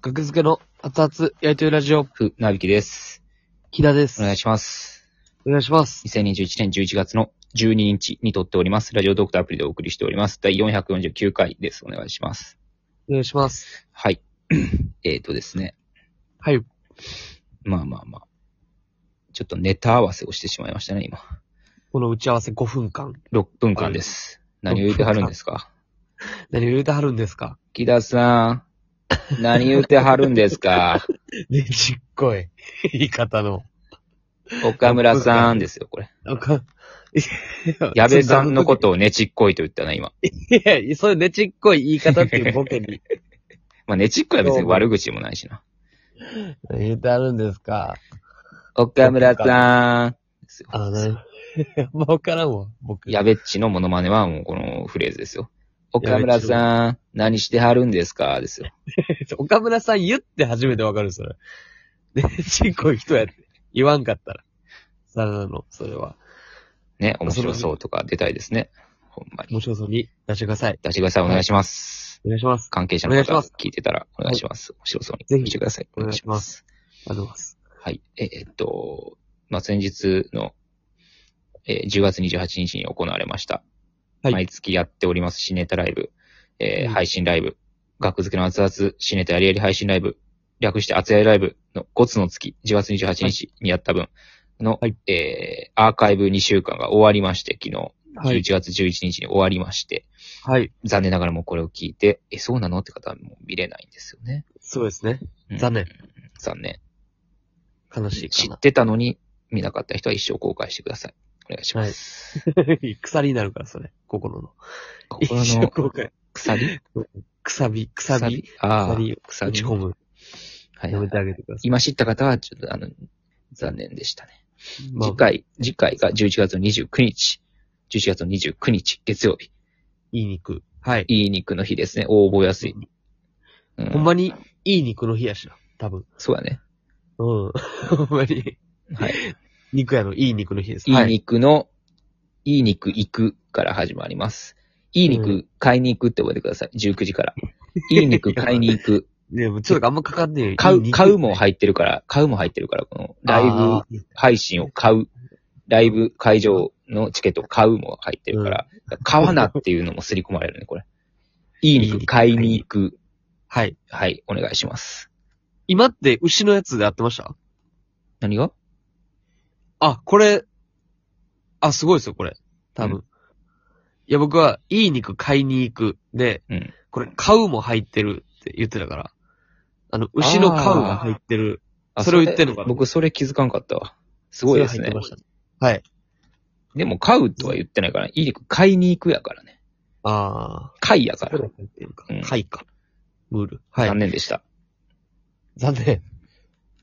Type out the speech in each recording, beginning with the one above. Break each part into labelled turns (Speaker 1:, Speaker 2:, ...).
Speaker 1: 学付けの熱々焼いてるラジオ、
Speaker 2: ふ、なびきです。
Speaker 1: 木田です。
Speaker 2: お願いします。
Speaker 1: お願いします。
Speaker 2: 2021年11月の12日に撮っております。ラジオドクターアプリでお送りしております。第449回です。お願いします。
Speaker 1: お願いします。
Speaker 2: はい。 えーとですね。
Speaker 1: はい。
Speaker 2: まあまあまあ。ちょっとネタ合わせをしてしまいましたね、今。
Speaker 1: この打ち合わせ5分間。
Speaker 2: 6分間です。
Speaker 1: はい
Speaker 2: 何を言ってはるんですか
Speaker 1: 何を入れてはるんですか
Speaker 2: 木田さん。何言ってはるんです か
Speaker 1: ねちっこい。 言い方の。
Speaker 2: 岡村さんですよ、これ。
Speaker 1: なんか、
Speaker 2: 矢部さんのことをねちっこいと言ったな、今。
Speaker 1: いやいや、そういうねちっこい言い方っていうボケに。
Speaker 2: まあ、ねちっこいは別に悪口でもないしな。
Speaker 1: 何 入れてはるんですか
Speaker 2: 岡村さん。
Speaker 1: あ、なに。 もうわからんわ、僕。
Speaker 2: やべっちのモノマネはもうこのフレーズですよ。岡村さん、何してはるんですかですよ。
Speaker 1: 岡村さん言って初めてわかる、それ。ねちっこい人やって。言わんかったら。さらなの、それは。
Speaker 2: ね、面白そうとか出たいですね。ほんまに。
Speaker 1: もちろんそうに出してください。
Speaker 2: 出してください、お願いします。
Speaker 1: お願いします。
Speaker 2: 関係者
Speaker 1: お
Speaker 2: の
Speaker 1: 願いし
Speaker 2: 方
Speaker 1: ます
Speaker 2: 聞いてたらお願いします。面白そうに。
Speaker 1: ぜひ
Speaker 2: してください。
Speaker 1: お願いします。ありがとうございます。
Speaker 2: はい。ええっと、まあ、先日の、えー10月28日に行われました。
Speaker 1: はい
Speaker 2: 毎月やっております、シネタライブ、えー
Speaker 1: うん
Speaker 2: 配信ライブ、学付けの熱々、シネタやりやり配信ライブ、略して熱やりライブの5つの月、10月28日にやった分の、
Speaker 1: はい
Speaker 2: えーアーカイブ2週間が終わりまして、昨日、
Speaker 1: はい。
Speaker 2: 11月11日に終わりまして、
Speaker 1: はい。
Speaker 2: 残念ながらもうこれを聞いて、え、そうなのって方はもう見れないんですよね。
Speaker 1: そうですね。
Speaker 2: うん
Speaker 1: 残念。
Speaker 2: 残念。
Speaker 1: 悲しい
Speaker 2: 知
Speaker 1: かな。
Speaker 2: ってたのに見なかった人は一生後悔してください。お願いします。
Speaker 1: 鎖になるから、それ。心の。
Speaker 2: 心
Speaker 1: 一生
Speaker 2: の
Speaker 1: 後悔
Speaker 2: 鎖
Speaker 1: くさび、くさび、
Speaker 2: ああ
Speaker 1: 鎖を、
Speaker 2: 鎖
Speaker 1: 打ち込む。
Speaker 2: はい
Speaker 1: や
Speaker 2: は
Speaker 1: め
Speaker 2: い
Speaker 1: て。あげてくださ
Speaker 2: 今知った方は、ちょっとあの、残念でしたね。
Speaker 1: い。
Speaker 2: 次
Speaker 1: まあ、
Speaker 2: 回、次回が11月29日。11月29日、月曜日。
Speaker 1: いい肉。はい。
Speaker 2: いい肉の日ですね。応募安い。う
Speaker 1: ほんまに、いい肉の日やしな。多分。
Speaker 2: そうだね。
Speaker 1: うん。 ほんまに。
Speaker 2: はい。
Speaker 1: 肉屋のいい肉の日です。
Speaker 2: いい
Speaker 1: はい。
Speaker 2: 肉の、いい肉行くから始まります。いい肉買いに行くって覚えてください。19時から。いい肉買いに行く。
Speaker 1: ねもうちょっとあんまかかんねえよ。
Speaker 2: 買、
Speaker 1: いいう肉
Speaker 2: 買うも入ってるから、買うも入ってるから、このライブ
Speaker 1: あー
Speaker 2: 配信を買う、ライブ会場のチケットを買うも入ってるから、買わなっていうのも刷り込まれるね、これ。いい肉買いに行く。
Speaker 1: はい。
Speaker 2: はい、お願いします。
Speaker 1: 今って牛のやつでやってました
Speaker 2: 何が
Speaker 1: あ、これ、あ、すごいですよ、これ。多分。
Speaker 2: う
Speaker 1: いや、僕は、いい肉買いに行く。で、
Speaker 2: うん
Speaker 1: これ、買うも入ってるって言ってたから。あの、牛の買うが入ってる。それを言ってんのかな
Speaker 2: 僕、それ気づかんかったわ。すごいです
Speaker 1: それ
Speaker 2: ね
Speaker 1: 入って。ましたはい。
Speaker 2: でも、買うとは言ってないから、いい肉買いに行くやからね。
Speaker 1: あ
Speaker 2: 買いやか
Speaker 1: あ。こ
Speaker 2: ら
Speaker 1: れ。入ってるか
Speaker 2: うん。
Speaker 1: 貝か。ムール。は
Speaker 2: 残
Speaker 1: い。
Speaker 2: 念でした。
Speaker 1: 残念。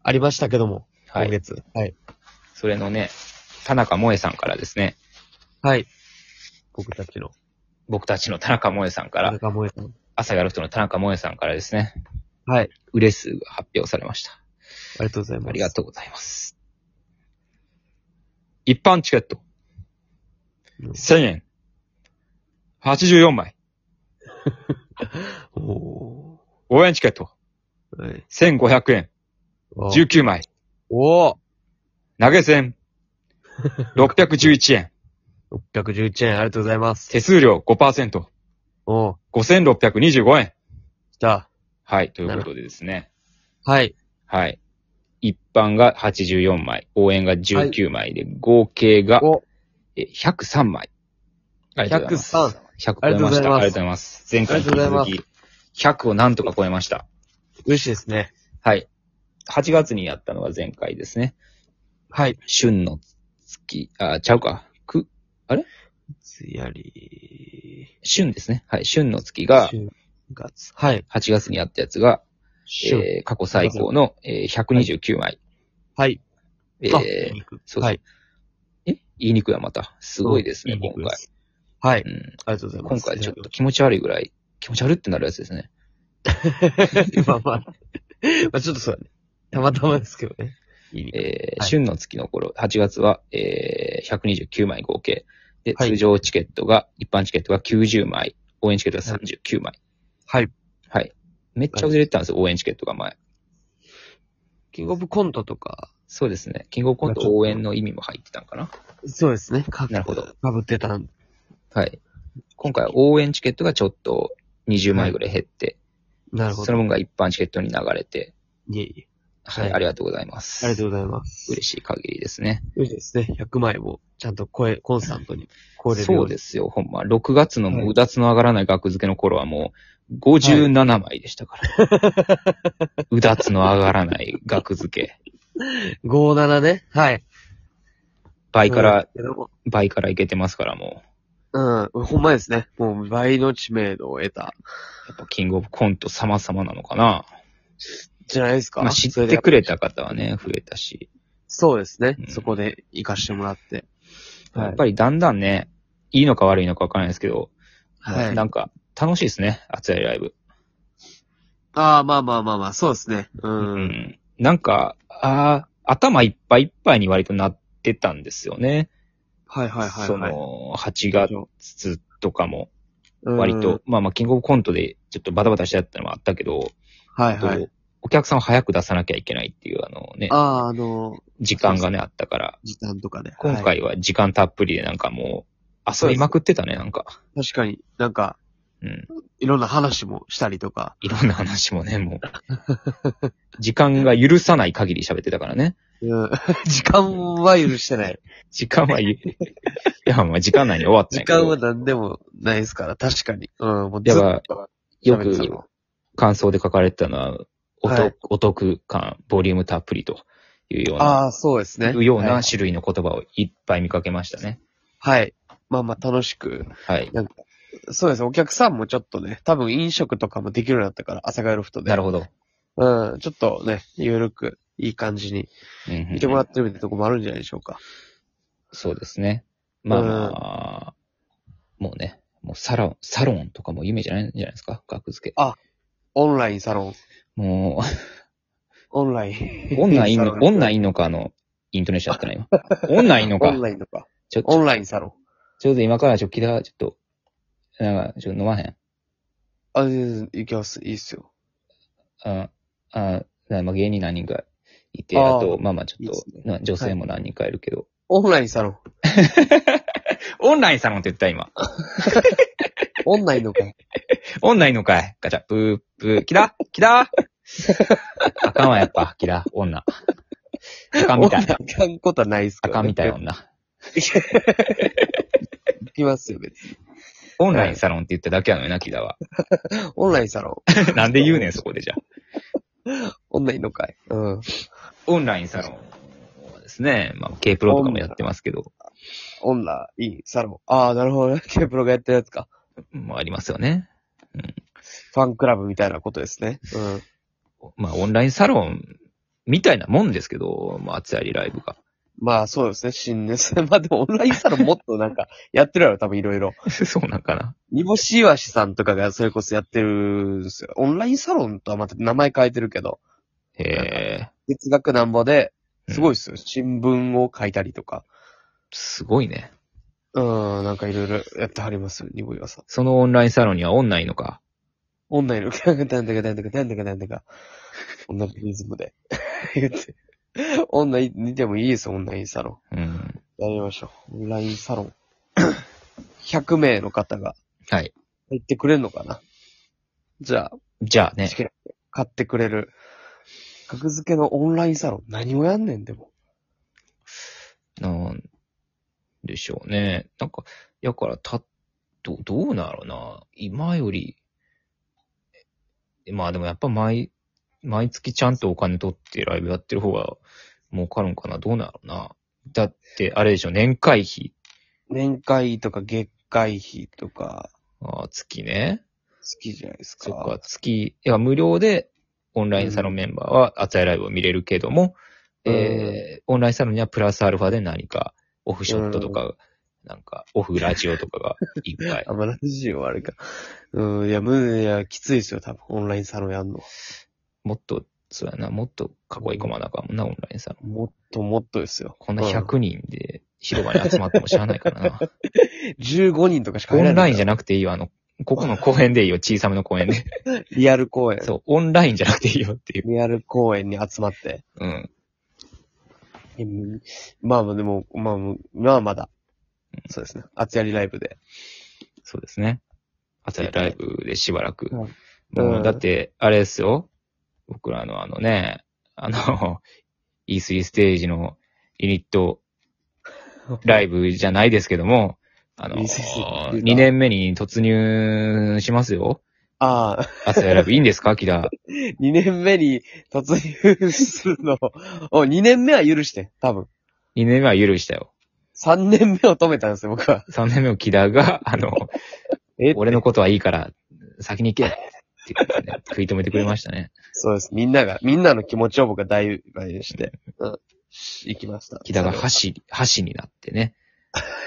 Speaker 1: ありましたけども、
Speaker 2: は
Speaker 1: 今
Speaker 2: い。
Speaker 1: 月。はい。
Speaker 2: それのね、田中萌さんからですね。
Speaker 1: はい。僕たちの。
Speaker 2: 僕たちの田中萌さんか
Speaker 1: 田
Speaker 2: ら、
Speaker 1: 中萌さん。
Speaker 2: 朝やる人の田中萌さんからですね、
Speaker 1: はい。
Speaker 2: 売れ数が発表されました。
Speaker 1: ありがとうございます。
Speaker 2: ありがとうございます。一般チケット、
Speaker 1: うん
Speaker 2: 1000円、84枚。
Speaker 1: お
Speaker 2: 応援チケット、
Speaker 1: ーはい
Speaker 2: 1500円、
Speaker 1: おー。
Speaker 2: 19枚。
Speaker 1: おー
Speaker 2: 投 げ銭、611円。
Speaker 1: !611 円、ありがとうございます。
Speaker 2: 手数料5%、
Speaker 1: おー
Speaker 2: 5625円。
Speaker 1: 来た。
Speaker 2: はい、ということでですね。
Speaker 1: はい。
Speaker 2: はい。一般が84枚、応援が19枚で、合計が
Speaker 1: お、
Speaker 2: え103枚。ありがとうございます
Speaker 1: 103。
Speaker 2: 100超
Speaker 1: あ
Speaker 2: えました。ありがとう
Speaker 1: り
Speaker 2: ご
Speaker 1: がとうご
Speaker 2: ざ
Speaker 1: ざ
Speaker 2: います。前回に
Speaker 1: ありがとうござ
Speaker 2: 引き続き、100をなんとか超えました。
Speaker 1: 嬉しいですね。
Speaker 2: はい。8月にやったのが前回ですね。
Speaker 1: はい。
Speaker 2: 春の月、あ、ちゃうか。く、
Speaker 1: つやり
Speaker 2: 春ですね。はい。春の月
Speaker 1: ー。
Speaker 2: が、
Speaker 1: 10月。はい。
Speaker 2: 8月にやったやつが、
Speaker 1: えー
Speaker 2: えー過去最高の、えー129枚。
Speaker 1: はい。
Speaker 2: え
Speaker 1: あ
Speaker 2: ー
Speaker 1: 肉
Speaker 2: そう
Speaker 1: はい。
Speaker 2: え言いにくいはまた。すごいですね、
Speaker 1: うん
Speaker 2: 今
Speaker 1: 肉
Speaker 2: 回
Speaker 1: で。すはい。
Speaker 2: うん
Speaker 1: ありがとうございま
Speaker 2: 今
Speaker 1: す。
Speaker 2: 回ちょっと気持ち悪いぐらい、気持ち悪いってなるやつですね。
Speaker 1: と。 まあまあ。まあちょっとそうだね。たまたまですけどね。いい肉
Speaker 2: えー
Speaker 1: はい
Speaker 2: 春の月の頃、8月は、えー129枚合計。で、
Speaker 1: はい
Speaker 2: 通常チケットが、一般チケットが90枚、応援チケットが39枚。
Speaker 1: はい。
Speaker 2: はい。めっちゃ売れてたんですよ、応援チケットが前。
Speaker 1: キングオブコントとか、
Speaker 2: そうですね。キングオブコント応援の意味も入ってたんかな。
Speaker 1: そうですね。か
Speaker 2: なるほど。
Speaker 1: かぶってたん。
Speaker 2: はい。今回応援チケットがちょっと20枚ぐらい減って、
Speaker 1: なるほ
Speaker 2: そ
Speaker 1: ど。
Speaker 2: の分が一般チケットに流れて、
Speaker 1: いえいえ。
Speaker 2: はい、
Speaker 1: はい
Speaker 2: ありがとうございます。
Speaker 1: ありがとうございます。
Speaker 2: 嬉しい限りですね。
Speaker 1: いいですね。100枚も、ちゃんと声、コンスタントに超えれるよ
Speaker 2: そ
Speaker 1: う
Speaker 2: う
Speaker 1: に。
Speaker 2: ですよ、ほんま。6月のも
Speaker 1: はいう
Speaker 2: うだつの上がらない額付けの頃はもう、57枚でしたから。 うだつの上がらない額付け。
Speaker 1: 57ね。はい。
Speaker 2: 倍から、
Speaker 1: そうですけども。
Speaker 2: 倍からいけてますからもう。
Speaker 1: うん。ほんまですね。もう倍の知名度を得た。
Speaker 2: やっぱキングオブコント様々なのかな。
Speaker 1: じゃないですか。
Speaker 2: まあ、知って
Speaker 1: れ。
Speaker 2: くれた方はね、増えたし。
Speaker 1: そうですね。
Speaker 2: うん
Speaker 1: そこで活かしてもらって。
Speaker 2: やっぱりだんだんね、いいのか悪いのかわからないですけど、
Speaker 1: はい。
Speaker 2: なんか、楽しいですね、熱いライブ。
Speaker 1: ああ、まあまあまあまあ、そうですね。う。
Speaker 2: うんんなんか、ああ、頭いっぱいいっぱいに割となってたんですよね。
Speaker 1: はいはいはい。
Speaker 2: そ、の、8月とかも、割と、。まあまあ、キングオブコントでちょっとバタバタしちゃったのもあったけど、
Speaker 1: はいはい。
Speaker 2: とお客さんを早く出さなきゃいけないっていう、あのね
Speaker 1: あ、あ、あの、
Speaker 2: 時間がね、あったから、
Speaker 1: 時短とかで。
Speaker 2: 今
Speaker 1: はい
Speaker 2: 回は時間たっぷりでなんかもう、遊びまくってたね、なんか。
Speaker 1: 確かになんか、
Speaker 2: うん。
Speaker 1: いろんな話もしたりとか。
Speaker 2: いろんな話もね、もう。時間が許さない限り喋ってたからね。
Speaker 1: うん。 時間は許してない。
Speaker 2: 時間はゆ、いや、まあ時間内に終わっ
Speaker 1: 時
Speaker 2: てないけ
Speaker 1: 間
Speaker 2: ど。
Speaker 1: は何でもないですから、確かに。うん、もうず
Speaker 2: や
Speaker 1: っと
Speaker 2: ばよ
Speaker 1: 喋ってた
Speaker 2: く
Speaker 1: もん
Speaker 2: 感想で書かれてたのは、お得、
Speaker 1: はい
Speaker 2: お得感、ボリュームたっぷりというような、
Speaker 1: ああ、そうですね。
Speaker 2: いうよう
Speaker 1: は。
Speaker 2: ない種類の言葉をいっぱい見かけましたね。
Speaker 1: はいまあまあ楽しく。
Speaker 2: はい。
Speaker 1: なんか、そうですね。お客さんもちょっとね、多分飲食とかもできるようになったから、朝帰ロフトで。
Speaker 2: なるほど。
Speaker 1: ど。うん、ちょっとね、ゆるく、いい感じに
Speaker 2: うんうんうん
Speaker 1: 見てもらってるみたいなとこもあるんじゃないでしょうか。
Speaker 2: そうですね。まあまあ、もうね、もうサロン、サロンとかも夢じゃないんじゃないですか、額付け。
Speaker 1: オンラインサロン。
Speaker 2: も
Speaker 1: オンライン。
Speaker 2: う、オンラインの、 オンラ
Speaker 1: イン。
Speaker 2: インのかの、イントネーションだったな、今。オンラインの
Speaker 1: オ
Speaker 2: か
Speaker 1: ン。ラインとか。
Speaker 2: ちょ、ち
Speaker 1: オ
Speaker 2: ょ
Speaker 1: ンラインサロン。
Speaker 2: ちょうど今からちょ、木田、ちょっと、なんか、ちょっと飲まへん。
Speaker 1: あ、全然いきます。いいっすよ。
Speaker 2: あ、あ、なまあ、芸人何人かいて、
Speaker 1: あー
Speaker 2: あと、まあまあちょっと
Speaker 1: いいっすね
Speaker 2: な女性も何人かいるけど。
Speaker 1: オンラインサロン。
Speaker 2: オンラインサロンって言った今。
Speaker 1: オンラインのか。
Speaker 2: オンラインの会。ガチャ、ブー、ブー、キラキ ラあかんわ、やっぱ、キラ、女。あかんみた
Speaker 1: オンラ
Speaker 2: い。
Speaker 1: インあかんことはないっす
Speaker 2: あ
Speaker 1: けどね
Speaker 2: かんみたい、。女。
Speaker 1: いきますよ、別に。
Speaker 2: オンラインサロンって言っただけやのよな、キ ラは。
Speaker 1: オンラインサロン。
Speaker 2: なんで言うねん、そこでじゃあ
Speaker 1: オンラインの会。うん。
Speaker 2: オンラインサロンはですね、まあ、K プロとかもやってますけど、
Speaker 1: オンラインサロン。ああ、なるほどね。 ケープロがやってるやつか。
Speaker 2: まあ、ありますよね。
Speaker 1: ファンクラブみたいなことですね。うん。
Speaker 2: まあ、オンラインサロンみたいなもんですけど、まあ、熱りライブが。
Speaker 1: まあ、 そうですね。新ですね。まあ、でもオンラインサロンもっとなんか、やってるやろ、多分いろいろ。
Speaker 2: そうなんかな。
Speaker 1: 煮干しいわしさんとかがそれこそやってるんですよ。オンラインサロンとはまた名前変えてるけど、
Speaker 2: へえ。
Speaker 1: 月額なんぼで、すごい
Speaker 2: い。
Speaker 1: っすよ。新聞を書いたりとか。
Speaker 2: すごいね。
Speaker 1: うん、なんかいろいろやってはりますよ、煮干しいわさん。
Speaker 2: そのオンラインサロンにはオンないのか。
Speaker 1: オンラインの、なんだかなんだかなんだかなんだか、女のリズムで。 言って。オンラインにでもいいですよ、オンラインサロ
Speaker 2: うん。
Speaker 1: ン。やりましょう。オンラインサロン。100名の方が
Speaker 2: はい。
Speaker 1: 入ってくれるのかなじゃあ、
Speaker 2: じゃあね
Speaker 1: チ。ケット買ってくれる。格付けのオンラインサロン。何をやんねん、でも。
Speaker 2: なんでしょうね。なんか、やから、た、どう、どうなるな。今より、えまあでもやっぱ毎、毎月ちゃんとお金取ってライブやってる方が儲かるんかな。どうなるな。だって、あれでしょ、年会費。
Speaker 1: 年会とか月会費とか、
Speaker 2: あー月ね。
Speaker 1: 好きじゃないですか。
Speaker 2: そっか、月、いや、無料で、オンラインサロンメンバーは、熱いライブを見れるけども、
Speaker 1: うん
Speaker 2: えー、オンラインサロンにはプラスアルファで何か、オフショットとか、なんか、オフラジオとかがいっ ぱい
Speaker 1: あ、。まあ、ラジオはあれか。うん、いや、む、いや、きついですよ、多分。オンラインサロンやんの。
Speaker 2: もっと、そうやな、もっと囲い込まなあかんもんな、オンラインサロン。
Speaker 1: もっともっとですよ。
Speaker 2: こんな100人で広場に集まっても知らないからな。
Speaker 1: 15人とかしか
Speaker 2: オ
Speaker 1: 入ら
Speaker 2: ン
Speaker 1: な
Speaker 2: ラ
Speaker 1: い。
Speaker 2: インじゃ
Speaker 1: ゃ
Speaker 2: なくていいよ、あの、ここの公園でいいよ、小さめの公園 で。
Speaker 1: リアル公演。
Speaker 2: そう、オンラインじゃなくていいよっていう。
Speaker 1: リアル公演に集まって。
Speaker 2: うん。
Speaker 1: えむまあまあでも、まあ、まあまだ。そうですね。熱やりライブで。
Speaker 2: そうですね。朝やライブでしばらく。
Speaker 1: うん
Speaker 2: も
Speaker 1: うん
Speaker 2: う、だって、あれですよ。僕らのあのね、あの、E3 ステージのユニットライブじゃないですけども、あの、
Speaker 1: E3 ステージ
Speaker 2: 2年目に突入しますよ。
Speaker 1: ああ、
Speaker 2: 朝やライブいいんですか、キラ。
Speaker 1: 2年目に突入するの。 お、2年目は許して、多分。
Speaker 2: 2年目は許したよ。
Speaker 1: 3年目を止めたんですよ、僕は。
Speaker 2: 3年目をキラが、あの、
Speaker 1: え
Speaker 2: 俺のことはいいから、先に行けって言ってね、食い止めてくれましたね。
Speaker 1: そうです。みんなが、みんなの気持ちを僕は大倍にして、うん。行きました。
Speaker 2: キラが箸、箸になってね。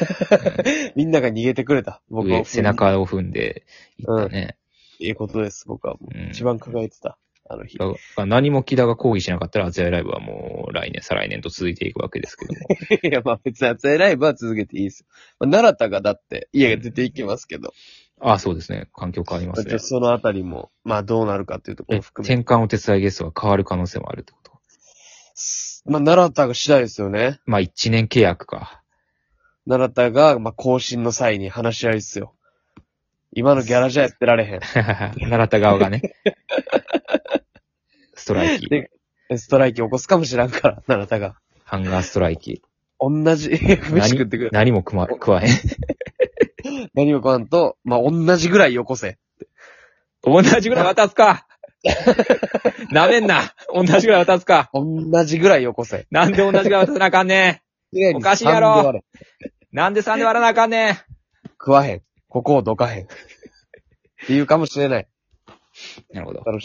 Speaker 1: みんなが逃げてくれた。僕
Speaker 2: 上
Speaker 1: は。
Speaker 2: 背。中を踏んでいったね。
Speaker 1: いいことです、僕はもう。
Speaker 2: うん
Speaker 1: 一番輝いてた、あの日。
Speaker 2: だから何も木田が抗議しなかったら、アツヤライブはもう来年、再来年と続いていくわけですけども。
Speaker 1: いや、まあ別に熱いライブは続けていいですよ。まあ、奈良田がだって家が出ていきますけど、
Speaker 2: ああ、そうですね。環境変わります
Speaker 1: ちょっ
Speaker 2: ね
Speaker 1: と。そのあたりも、まあどうなるかっていうところ
Speaker 2: え
Speaker 1: も含めて、
Speaker 2: 転換お手伝いゲストが変わる可能性もあるってこと。
Speaker 1: まあ奈良田が次第ですよね。
Speaker 2: まあ、1年契約か。
Speaker 1: 奈良田が、まあ更新の際に話し合いっすよ。今のギャラじゃやってられへん。
Speaker 2: 習った側が ね。ストライキ。
Speaker 1: で ストライキ起こすかもしらんから、奈良田が。
Speaker 2: ハンガーストライキ。
Speaker 1: 同じ、飯食ってくる。
Speaker 2: 何も食わ食わへん。
Speaker 1: 何も食わんと、まあ同じぐらいよこせ。
Speaker 2: 同じぐらい渡す かなめんな同じぐらい渡すか
Speaker 1: 同じぐらいよこせ。
Speaker 2: なんで同じぐらい渡さなあかんねんおかしいや
Speaker 1: 三
Speaker 2: ろ
Speaker 1: で割れ
Speaker 2: なんで3で割らなあかんねん
Speaker 1: 食わへん。ここをどかへん。っていうかもしれない。
Speaker 2: なるほど。
Speaker 1: 楽しみ。